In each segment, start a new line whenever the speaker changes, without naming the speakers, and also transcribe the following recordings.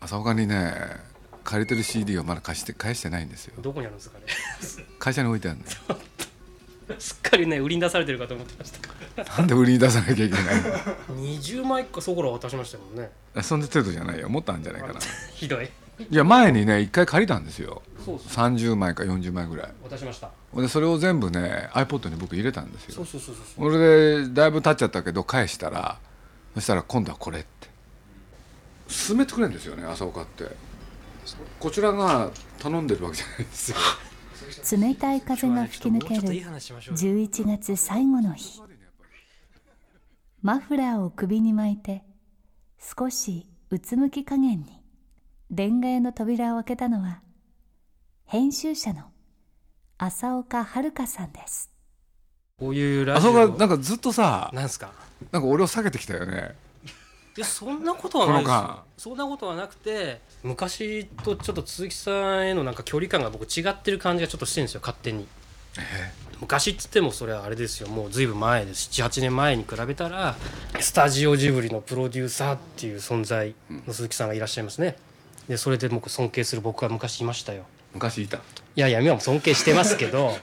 朝岡にね借りてる CD をまだ貸して返してないんですよ
どこにあるんですかね
会社に置いてあるんです
すっかりね売りに出されてるかと思ってました
なんで売りに出さなきゃいけない
20枚かそこら渡しましたもんね
のそんな程度じゃないよもっとあるんじゃないかな
ひどい
いや前にね一回借りたんですよ
そうそう
30枚か40枚ぐらい
渡しました
ほんでそれを全部ね iPod に僕入れたんです
そ
よ
うそうそうそう
それでだいぶ経っちゃったけど返したらそしたら今度はこれって勧めてくれるんですよね朝岡ってこちらが頼んでるわけじゃないですよ
冷たい風が吹き抜け
今日はねちょっともうちょっといい
る
話しましょうよ
11月最後の日マフラーを首に巻いて少しうつむき加減にレンガ屋の扉を開けたのは編集者の浅岡遥さんです
こういうラジ
朝
オ
岡なんかずっとさ
なんすか
なんか俺を下げてきたよね
いやそんなことはないです
この間
よそんなことはなくて昔とちょっと鈴木さんへのなんか距離感が僕違ってる感じがちょっとしてるんですよ勝手に昔っつってもそれはあれですよもうずいぶん前です78年前に比べたらスタジオジブリのプロデューサーっていう存在の鈴木さんがいらっしゃいますねでそれで僕尊敬する僕は昔いましたよ
昔いた
いやいや今も尊敬してますけ ど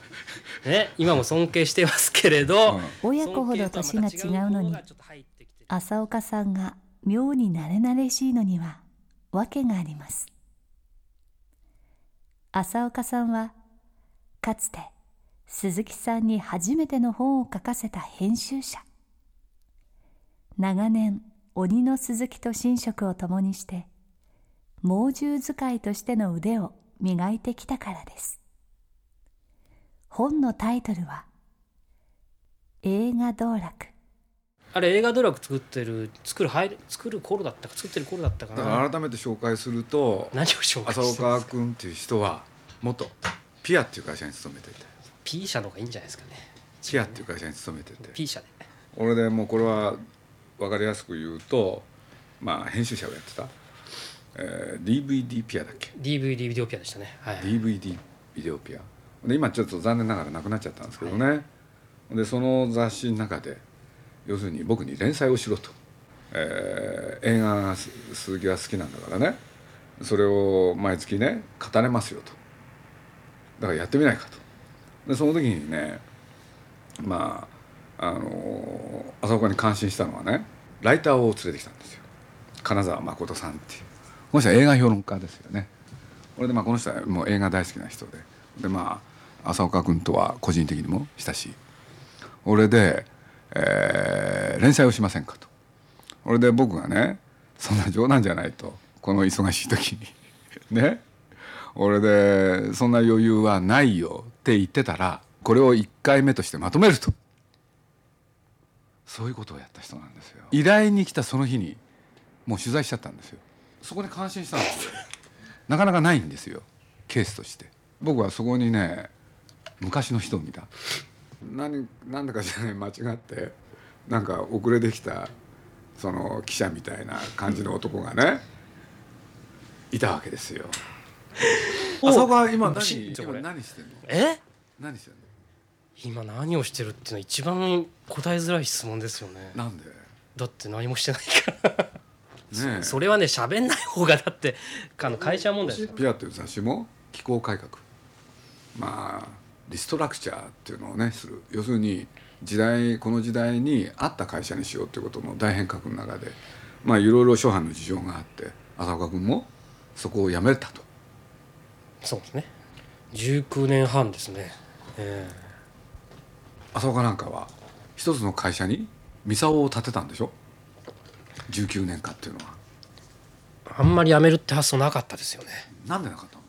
ね今も尊敬してますけれど、
うん
親子ほど年が違うのに浅岡さんが妙に慣れ慣れしいのには訳があります浅岡さんはかつて鈴木さんに初めての本を書かせた編集者長年鬼の鈴木と寝食を共にして猛獣使いとしての腕を磨いてきたからです本のタイトルは映画道楽
あれ映画ドラッグ作ってる作る入る作る頃だったか作ってる頃だったか
だ
な
から改めて紹介すると
何を紹介
浅
してるんで
岡
すか
君っていう人は元ピアっていう会社に勤めてて
P 社の方がいいんじゃないですかね
チアっていう会社に勤めてて
P 社で
俺でもうこれは分かりやすく言うとまあ編集者をやってた、えー DVD ピアだっけ
DVD ビデオピアでしたねはい
DVD ビデオピアで今ちょっと残念ながらなくなっちゃったんですけどね、でその雑誌の中で要するに僕に連載をしろと、えー映画がす鈴木は好きなんだからねそれを毎月ね語れますよとだからやってみないかとでその時にねまああのー浅岡に感心したのはねライターを連れてきたんですよ金沢誠さんっていうこの人は映画評論家ですよねこれでまあこの人はもう映画大好きな人ででまあ浅岡君とは個人的にも親しい俺で、えー連載をしませんかと俺で僕がねそんな冗談じゃないとこの忙しい時に ね俺でそんな余裕はないよって言ってたらこれを1回目としてまとめるとそういうことをやった人なんですよ依頼に来たその日にもう取材しちゃったんですよそこで感心したんですよ なかなかないんですよケースとして僕はそこにね昔の人を見た何何だかじゃない間違ってなんか遅れてきたその記者みたいな感じの男がねいたわけですよ
お
浅岡は今
し
何
ちょ
今
これ
何してんの
え
何してんの
今何をしてるっていうのは一番答えづらい質問ですよね
なんで
だって何もしてないから
ねえ
それはね喋んない方がだってあの会社問題です
ピアという雑誌も機構改革まあリストラクチャーっていうのをねする要するに時代この時代に合った会社にしようっていうことの大変革の中でまあいろいろ諸般の事情があって浅岡君もそこを辞めたと
そうですね19年半ですねえ
浅岡なんかは一つの会社にミサオを立てたんでしょ19年間っていうのは
えあんまり辞めるって発想なかったですよね
なんでなかったの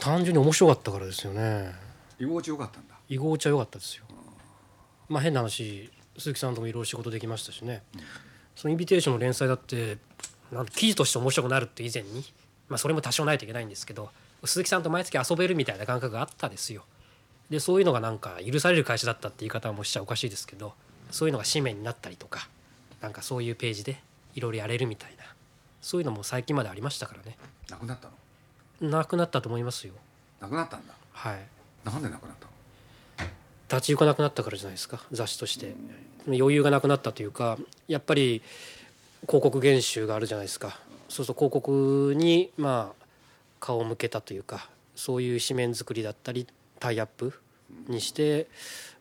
単純に面白かったからですよね
居心地良かったんだ
居心地は良かったですよ、まあ変な話鈴木さんともいろいろ仕事できましたしね、そのインビテーションの連載だってなん記事として面白くなるって以前に、まあ、それも多少ないといけないんですけど鈴木さんと毎月遊べるみたいな感覚があったですよでそういうのがなんか許される会社だったって言い方もしちゃおかしいですけどそういうのが使命になったりとかなんかそういうページでいろいろやれるみたいなそういうのも最近までありましたからね
なくなったの
なくなったと思いますよ
なくなったんだ
はい
なんでなくなったの
立ち行かなくなったからじゃないですか雑誌として余裕がなくなったというかやっぱり広告減収があるじゃないですかそうすると広告にまあ顔を向けたというかそういう紙面作りだったりタイアップにして、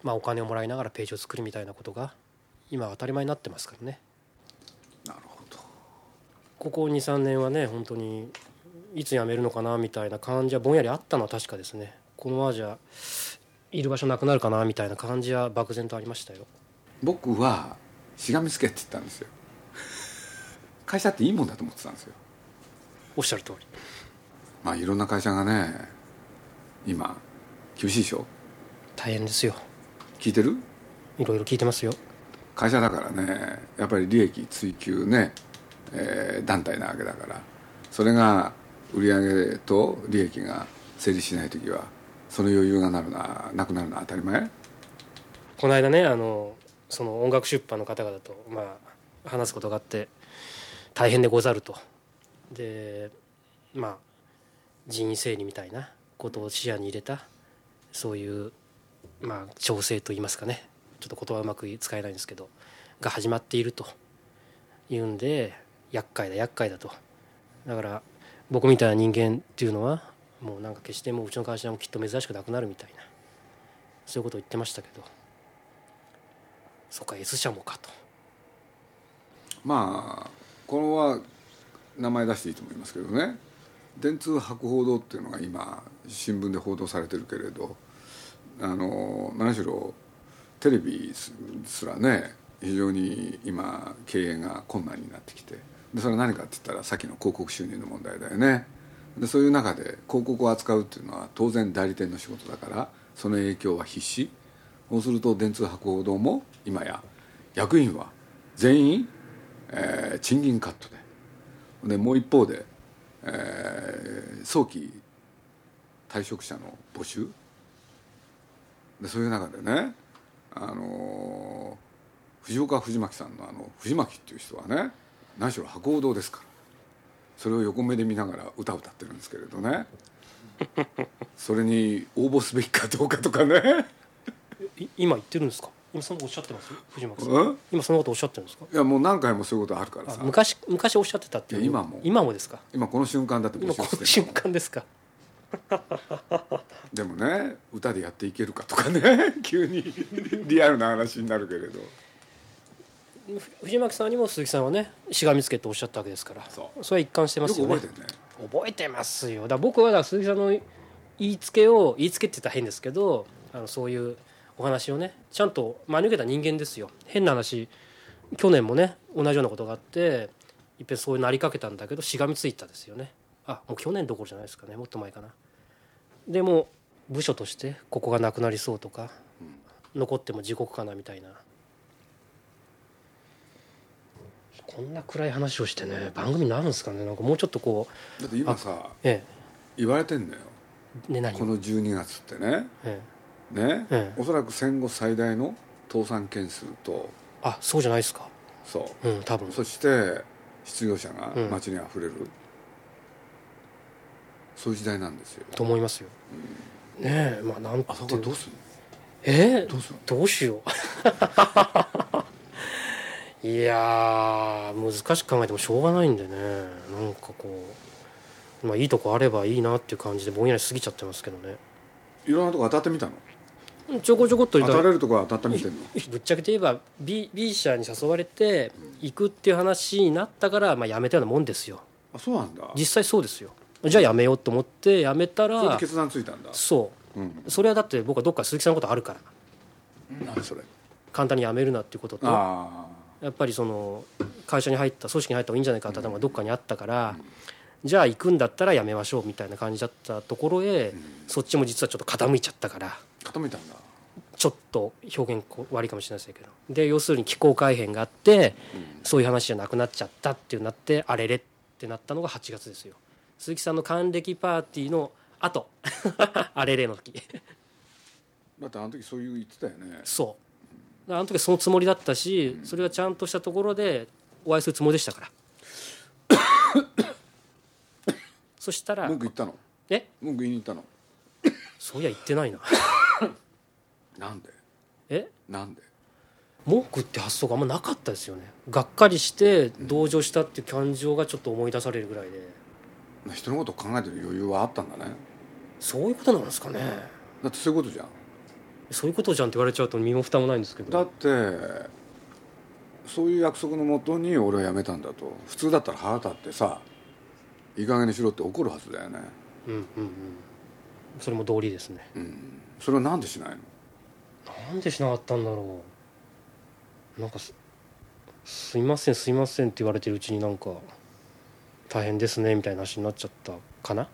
まあ、お金をもらいながらページを作るみたいなことが今は当たり前になってますからね
なるほど
ここ23年はね本当にいつ辞めるのかなみたいな感じはぼんやりあったのは確かですねこのままじゃいる場所なくなるかなみたいな感じは漠然とありましたよ
僕はしがみつけって言ったんですよ会社っていいもんだと思ってたんですよ
おっしゃる通り
まあいろんな会社がね今厳しいでしょ
大変ですよ
聞いてる
いろいろ聞いてますよ
会社だからねやっぱり利益追求ね、えー団体なわけだからそれが売上と利益が成立しない時はその余裕がなるななくなるのは当たり前
この間ねあのその音楽出版の方々と、まあ、話すことがあって大変でござるとでまあ人員整理みたいなことを視野に入れたそういう、まあ、調整といいますかねちょっと言葉うまく使えないんですけどが始まっているというんで厄介だ厄介だとだから僕みたいな人間っていうのはもうなんか決してもううちの会社もきっと珍しくなくなるみたいなそういうことを言ってましたけどそっか S 社もかと
まあこのは名前出していいと思いますけどね電通博報堂っていうのが今新聞で報道されてるけれどあの何しろテレビすすらね非常に今経営が困難になってきてでそれは何かって言ったらさっきの広告収入の問題だよねでそういう中で広告を扱うっていうのは当然代理店の仕事だからその影響は必至そうすると電通博報堂も今や役員は全員、えー賃金カットででもう一方で、えー早期退職者の募集でそういう中でね、あのー藤岡藤巻さんのあの藤巻っていう人はね何しろ博報堂ですからそれを横目で見ながら歌を歌ってるんですけれど ねそれに応募すべきかどうかとかね
い今言ってるんですか今そのことおっしゃってます藤巻さ
うんん
今そのことおっしゃってるんですか
いやもう何回もそういうことあるから
あ
さ
昔昔おっしゃってたっていう
いや今も
今もですか
今この瞬間だって募
今
集
この
して
瞬
る
間ですか
でもね歌でやっていけるかとかね 急にリアルな話になるけれど
ふ藤巻さんにも鈴木さんはねしがみつけっておっしゃったわけですから
そう
れは一貫してま
よ
す
く
よね
覚えてるね
覚えてますよだから僕はだから鈴木さんの言いつけを言いつけって言ったら変ですけどあのそういうお話をねちゃんと真に受けた人間ですよ変な話去年もね同じようなことがあっていっぺんそうなりかけたんだけどしがみついたですよねあもう去年どころじゃないですかねもっと前かなでも部署としてここがなくなりそうとか残っても地獄かなみたいなこんな暗い話をしてね番組になるんですかねなんかもうちょっとこう
だって今さ
え
言われてんだよ
え、ね何
この12月ってね
え
ね、
ええ
おそらく戦後最大の倒産件数と
え、あそうじゃないですか
そ
うん多分
うそして失業者が
うん
街にあふれる、そういう時代なんですよ
と思いますよ、ねえまあなんて
あそこはどうする
ええ
のどうするの
どう しよういやー難しく考えてもしょうがないんでねなんかこうまあいいとこあればいいなっていう感じでぼんやり過ぎちゃってますけどね
いろんなとこ当たってみたの
ちょこちょこっと
当
言った
た
ら
れるとこは当たってみてんの
ぶっちゃけて言えば B, B 社に誘われて行くっていう話になったから、まあ、辞めたようなもんですよ
あそうなんだ
実際そうですよじゃあ辞めようと思って辞めた
それで
ら
決断ついたんだ
そう
うん
それはだって僕はどっか鈴木さんのことあるから
何それ
簡単に辞めるなっていうこととや
ああ
っぱりその会社に入った組織に入った方がいいんじゃないかって頭がどっかにあったからじゃあ行くんだったらやめましょうみたいな感じだったところへ、そっちも実はちょっと傾いちゃったから
傾いたんだ
ちょっと表現こ悪いかもしれないですけどで要するに気候改変があって、そういう話じゃなくなっちゃったっていうなってあれれってなったのが8月ですよ鈴木さんの還暦パーティーのあ とあれれの時
だってあの時そういう言ってたよね
そうあの時はそのつもりだったしそれはちゃんとしたところでお会いするつもりでした からそしたら
文句言ったの
え
文句言いに行ったの
そういや言ってないな
なんで
え
なんで
文句って発想があんまなかったですよねがっかりして同情したっていう感情がちょっと思い出されるぐらいで
人のことを考えてる余裕はあったんだね
そういうことなんですかね
だってそういうことじゃん
そういうことじゃんって言われちゃうと身も蓋もないんですけど
だってそういう約束のもとに俺は辞めたんだと普通だったら腹立ってさいい加減にしろって怒るはずだよね
うんうんうんそれも道理ですね
それはなんでしないの
なんでしなかったんだろうなんかすすいませんすいませんって言われてるうちになんか大変ですねみたいな話になっちゃったかな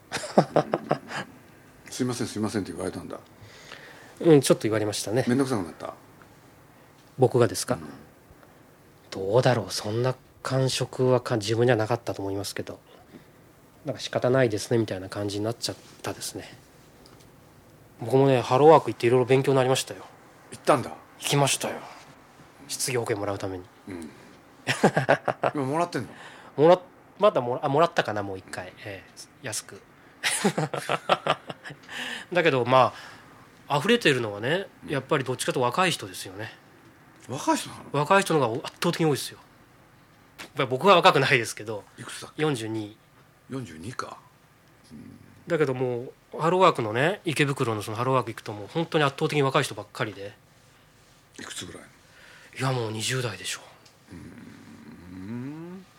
すいませんすいませんって言われたんだ
うんちょっと言われましたね
面倒くさくなった
僕がですか、どうだろうそんな感触はか自分にはなかったと思いますけどなんか仕方ないですねみたいな感じになっちゃったですね僕もねハローワーク行っていろいろ勉強になりましたよ
言ったんだ
行きましたよ失業保険もらうために
今もらってんの
もらまだもらあもらったかなもう一回、ええ安く だけどまあ溢れてるのはねやっぱりどっちかというと若い人ですよね
若い人なの
若い人の方が圧倒的に多いですよやっぱり僕は若くないですけど
いくつだっ
42
け42か
だけどもうハローワークのね池袋のそのハローワーク行くともう本当に圧倒的に若い人ばっかりで
いくつぐらい
いやもう20代でしょ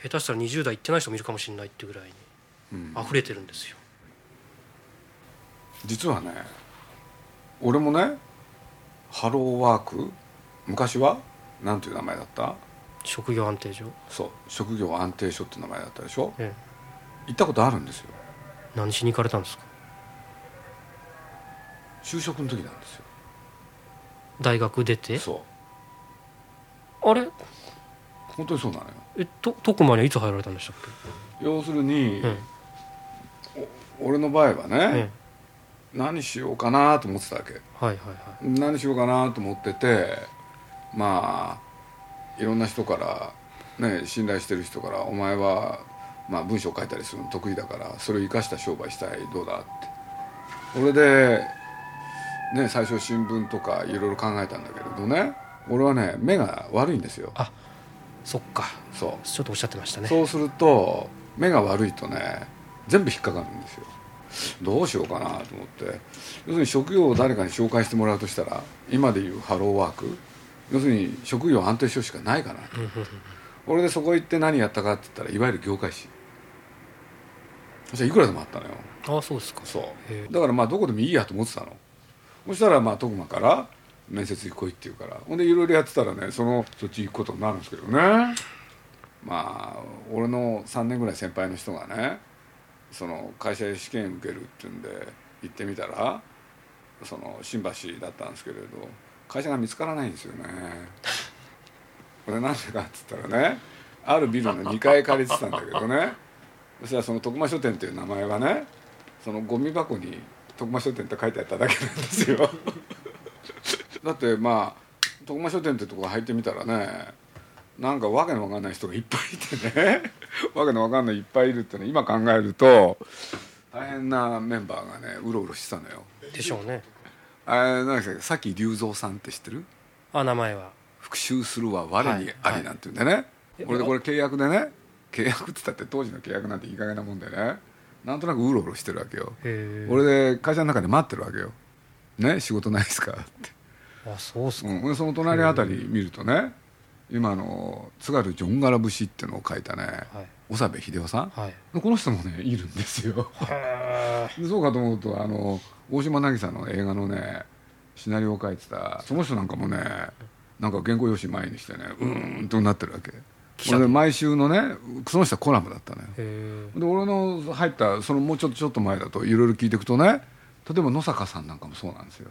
下手したら20代行ってない人もいるかもしれないっていうぐらいに溢れてるんですよ
実はね俺もねハローワーク昔はなんていう名前だった
職業安定所
そう職業安定所って名前だったでしょ
ええ
行ったことあるんですよ
何しに行かれたんですか
就職の時なんですよ
大学出て
そ
あれ
う本当にそうなのよ
えと徳間にはいつ入られたんでしたっ
要するに、
け、うん
お俺の場合は
え
ね、何しようかなと思ってたわけ
えはいはいは
何しようかなと思っててまあいろんな人から、ね、信頼してる人から「お前は、まあ、文章書いたりするの得意だからそれを生かした商売したいどうだ?」ってそれで、ね、最初新聞とかいろいろ考えたんだけれどね俺はね目が悪いんですよ
あいそっか
そう
ちょっとおっしゃってましたね
そうすると目が悪いとね全部引っかかるんですよどうしようかなと思って要するに職業を誰かに紹介してもらうとしたら今でいうハローワーク要するに職業安定所しかないかな俺でそこ行って何やったかって言ったらいわゆる業界誌そしたらいくらでもあったのよ
ああそうですか
そ
へ
うだからまあどこでもいいやと思ってたのそしたらまあ徳間から面接行こいって言うからほんでいろいろやってたらねそのそっち行くことになるんですけどねまあ俺の3年ぐらい先輩の人がねその会社で試験受けるっていうんで行ってみたらその新橋だったんですけれど会社が見つからないんですよね これなんでかっつったらねあるビルの2階借りてたんだけどねそしたらその徳間書店っていう名前はねそのゴミ箱に徳間書店って書いてあっただけなんですよだってまあ徳間書店ってとこ入ってみたらねなんかわけのわかんない人がいっぱいいてね わけのわかんないいっぱいいるってね今考えると大変なメンバーがねうろうろしてたのよ
でしょうね
あれなんかさっき龍三さんって知ってる
あ名前は
復讐するは我にありなんて言うんでね、
い
俺でこれ契約でね契約って言ったって当時の契約なんていい加減なもんでねなんとなくうろうろしてるわけよ
へえ
俺で会社の中で待ってるわけよね仕事ないですかって
あそうっすか、
うん、でその隣あたり見るとね今の津軽ジョンガラ節っていうのを書いたね、
はい
長部秀夫さん、
はい
この人もねいるんですよ
へ
で そうかと思うとあの大島渚の映画のねシナリオを書いてたその人なんかもねなんか原稿用紙前にしてねうーんとなってるわけ
記者と
俺毎週のねその人はコラムだったのよ
え
で俺の入ったそのもうちょっとちょっと前だといろいろ聞いていくとね例えば野坂さんなんかもそうなんですよ、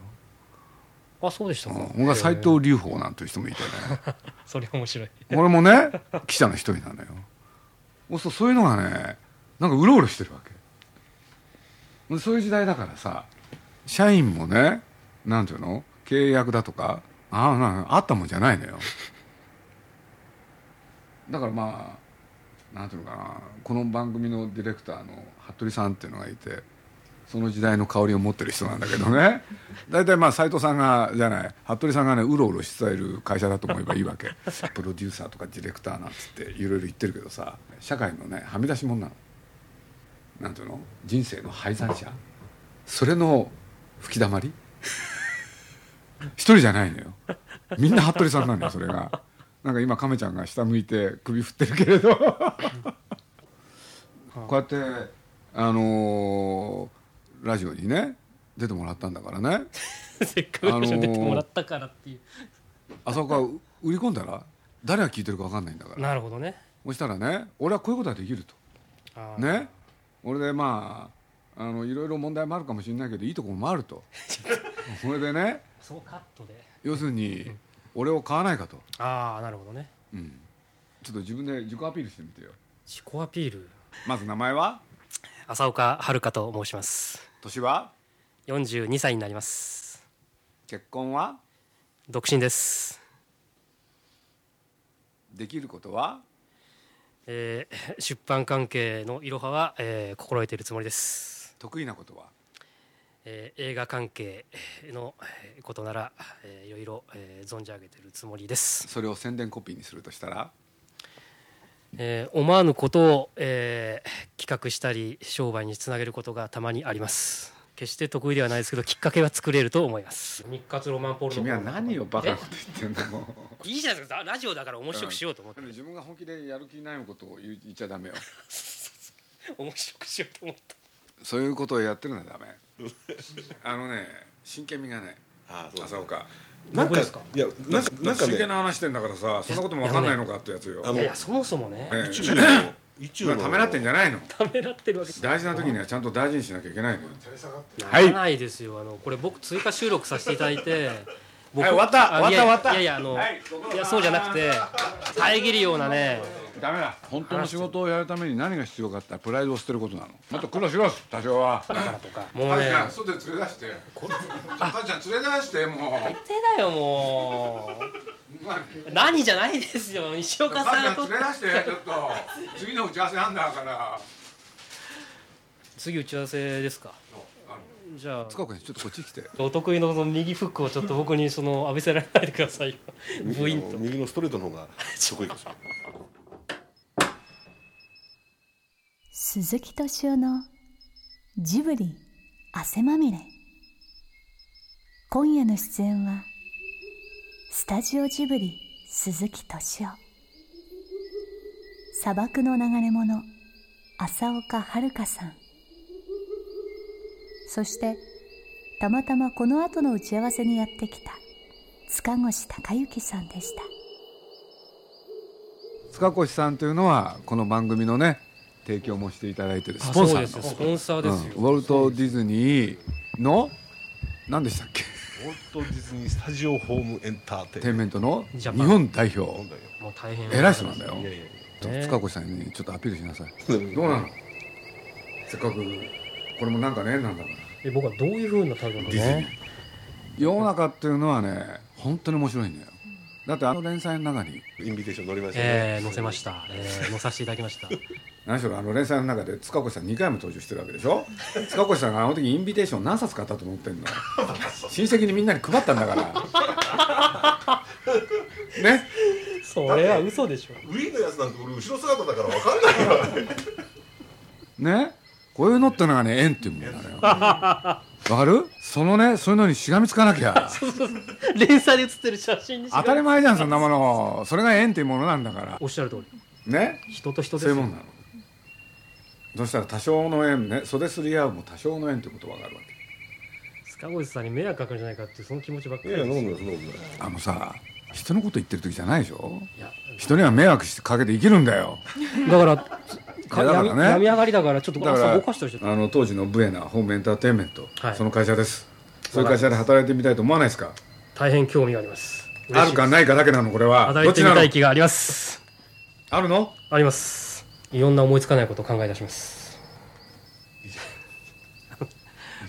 あそうでした
う
か
ん、僕は斎藤隆法なんていう人もいてね
それ面白い
俺もね記者の一人なのよそうするとそういうのがねなんかうろうろしてるわけそういう時代だからさ社員もねなんていうの契約だとかああなんあったもんじゃないのよだからまあなんていうのかなこの番組のディレクターの服部さんっていうのがいてその時代の香りを持ってる人なんだけどね 大体まあ斎藤さんがじゃない服部さんがねうろうろし伝える会社だと思えばいいわけプロデューサーとかディレクターなんつっていろいろ言ってるけどさ社会のねはみ出し者なのなんていうの人生の敗残者それの吹きだまり一人じゃないのよみんな服部さんなんだよそれがなんか今亀ちゃんが下向いて首振ってるけれどこうやってあのーラジオにね出てもらったんだからね
せっかく出てもらったからっていう、
あそこは売り込んだら誰が聞いてるか分かんないんだから
なるほどね
そしたらね俺はこういうことができると
あー
ね俺でまああのいろいろ問題もあるかもしれないけどいいところもあるとそれでね
そうカットで
要するに俺を買わないかと、
ああなるほどね
うん、ちょっと自分で自己アピールしてみてよ
自己アピール
まず名前は
浅岡遥と申します
年は
42歳になります
結婚は
独身です
できることは
えー 出版関係のいろはは、えー心得ているつもりです、
得意なことは
えー映画関係のえーことなら、えーいろいろ、えー存じ上げているつもりです、
それを宣伝コピーにするとしたら
えー思わぬことを、えー企画したり商売につなげることがたまにあります決して得意ではないですけどきっかけは作れると思います日活ロマンポールの
君は何をバカな
え
こと言ってんのもう
いいじゃないですかラジオだから面白くしようと思って、
自分が本気でやる気ないことを言っちゃダメよ
面白くしようと思って
そういうことをやってるのはダメあのね真剣味がね
ああそう
朝岡
なん
僕
か
ですか
いやなんかなんか
真剣
ね
な話してんだからさそんなことも分かんないのかってやつよ
あ
い
の
やいやそもそもね、
え
宇宙の宇宙
今
の
ためらってんじゃないの
ためらってるわけ
大事な時にはちゃんと大事にしなきゃいけないのよ
な
はい
らないですよ、あのこれ僕追加収録させていただいて僕
はい終わった
あ
終わった終わっ
いや
た
いやいやあの、
はいい、ご苦労様
やそうじゃなくて遮るようなね
ダメだ本当の仕事をやるために何が必要かってプライドを捨てることなのもっと苦労しろ多少は
だからとかも
タ
う
ち
ね
ゃん外で連れ出してタちゃん連れ出して もう
手だよもう何じゃないですよ西岡
タち
さ
ゃ
んと
ん連れ出してちょっと次の打ち合わせなんだから
次打ち合わせですかじゃあ
塚子ちょっとこっち来て
お得意のその右フックをちょっと僕にその浴びせられないでくださいよブインと
右のストレートの方が得意かもしれない
鈴木敏夫のジブリ汗まみれ今夜の出演はスタジオジブリ鈴木敏夫砂漠の流れ者浅岡遥さんそしてたまたまこの後の打ち合わせにやってきた塚越隆之さんでした
塚越さんというのはこの番組のね提供もしていただいてるス
あ
ポン
そ
サー
うで
の
すよスポンサーですよ、
うんウォルト・ディズニーの何でしたっけ
ウォルト・ディズニー・スタジオ・ホーム・エンターテイ
テ
ン
インメントの
ジ
日
ャパン
本代
メン
表
ト
もう大変
偉い人なんだよ
いやいやい
ね
塚越さんにちょっとアピールしなさい
や
どうなのせっかくこれもなんかねなんだから
え僕はどういうふうな態度なの
ディズニ
ね
世の中っていうのはね本当に面白いんだよだってあの連載の中に
インビテーション乗りました
えー、載せました、えー、載させていただきました
何しろあの連載の中で塚越さん2回も登場してるわけでしょ塚越さんがあの時インビテーション何冊買ったと思ってんの親戚にみんなに配ったんだからね
それは嘘でしょ
ウィーンのやつなんて俺後ろ姿だから分かんないよ
ねこういうのってのがね縁っていうもんなのよわかるそのねそういうのにしがみつかなきゃ
連載で写ってる写真にし
当たり前じゃんそんなものそれが縁っていうものなんだから
おっしゃる通
ね
り人と人で
そう
す
いう
よ
もんなのそしたら多少の縁ね袖すり合うも多少の縁ってことわかるわけ
塚越さんに迷惑かかるんじゃないかっていうその気持ちばっか
い
り
やいや
です
飲むな飲むな
あのさ人のこと言ってる時じゃないでしょ
いや
人には迷惑してかけて生きるんだよ
だからか
いやだからね
病み病み上がりだからちょっと
だから
朝ぼかしてる人
あの当時のブエナホームエンターテインメント、
はい
その会社ですそう
わ
いう会
かります
社で働いてみたいと思わないですか
大変興味があります
あるかないかだけなのこれは
働
どっ
い
てち
み
な
た
の
い気があります
あるの
ありますいろんな思いつかないことを考え出します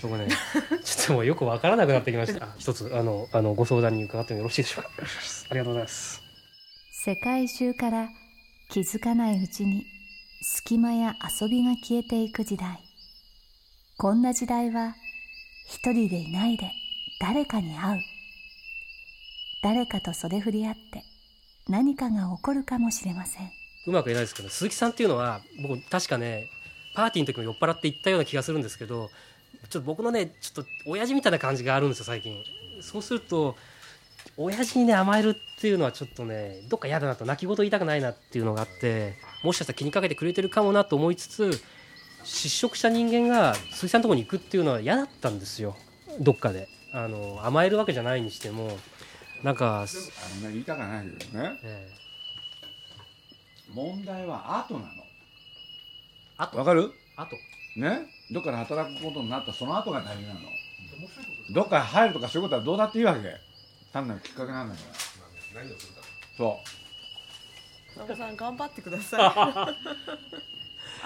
僕ね、ちょっともうよくわからなくなってきました。あ一つあのあのご相談に伺ってもよろしいでしょうか。ありがとうございます。
世界中から気づかないうちに隙間や遊びが消えていく時代こんな時代は一人でいないで誰かに会う誰かと袖振り合って何かが起こるかもしれません
うまく言えないですけど、鈴木さんっていうのは僕確かねパーティーの時も酔っ払って行ったような気がするんですけどちょっと僕のねちょっと親父みたいな感じがあるんですよ最近そうすると親父にね甘えるっていうのはちょっとねどっか嫌だなと泣き言言いたくないなっていうのがあってもしかしたら気にかけてくれてるかもなと思いつつ失職した人間が鈴木さんのところに行くっていうのは嫌だったんですよどっかであの甘えるわけじゃないにしてもなんか、
あんな言いたくはないけどね
ええ
問題は後な
後
のわかる
あと
ねどっかで働くことになったその後が大事なのどっか入るとかそういうことはどうだっていいわけ単なるきっかけなんだからそ
田中さん頑張ってくださいあ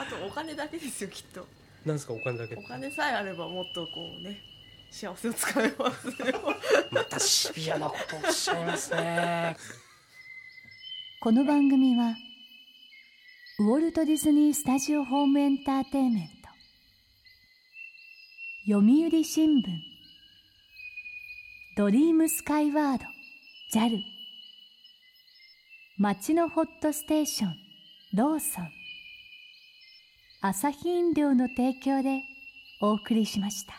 とお金だけですよきっと
なんですかお金だけって
お金さえあればもっとこうね幸せをつかめますよ
またシビアなことをおっしゃいますね。
この番組はウォルト・ディズニー・スタジオ・ホーム・エンターテインメント読売新聞ドリームスカイワード JAL 街のホットステーションローソンアサヒ飲料の提供でお送りしました。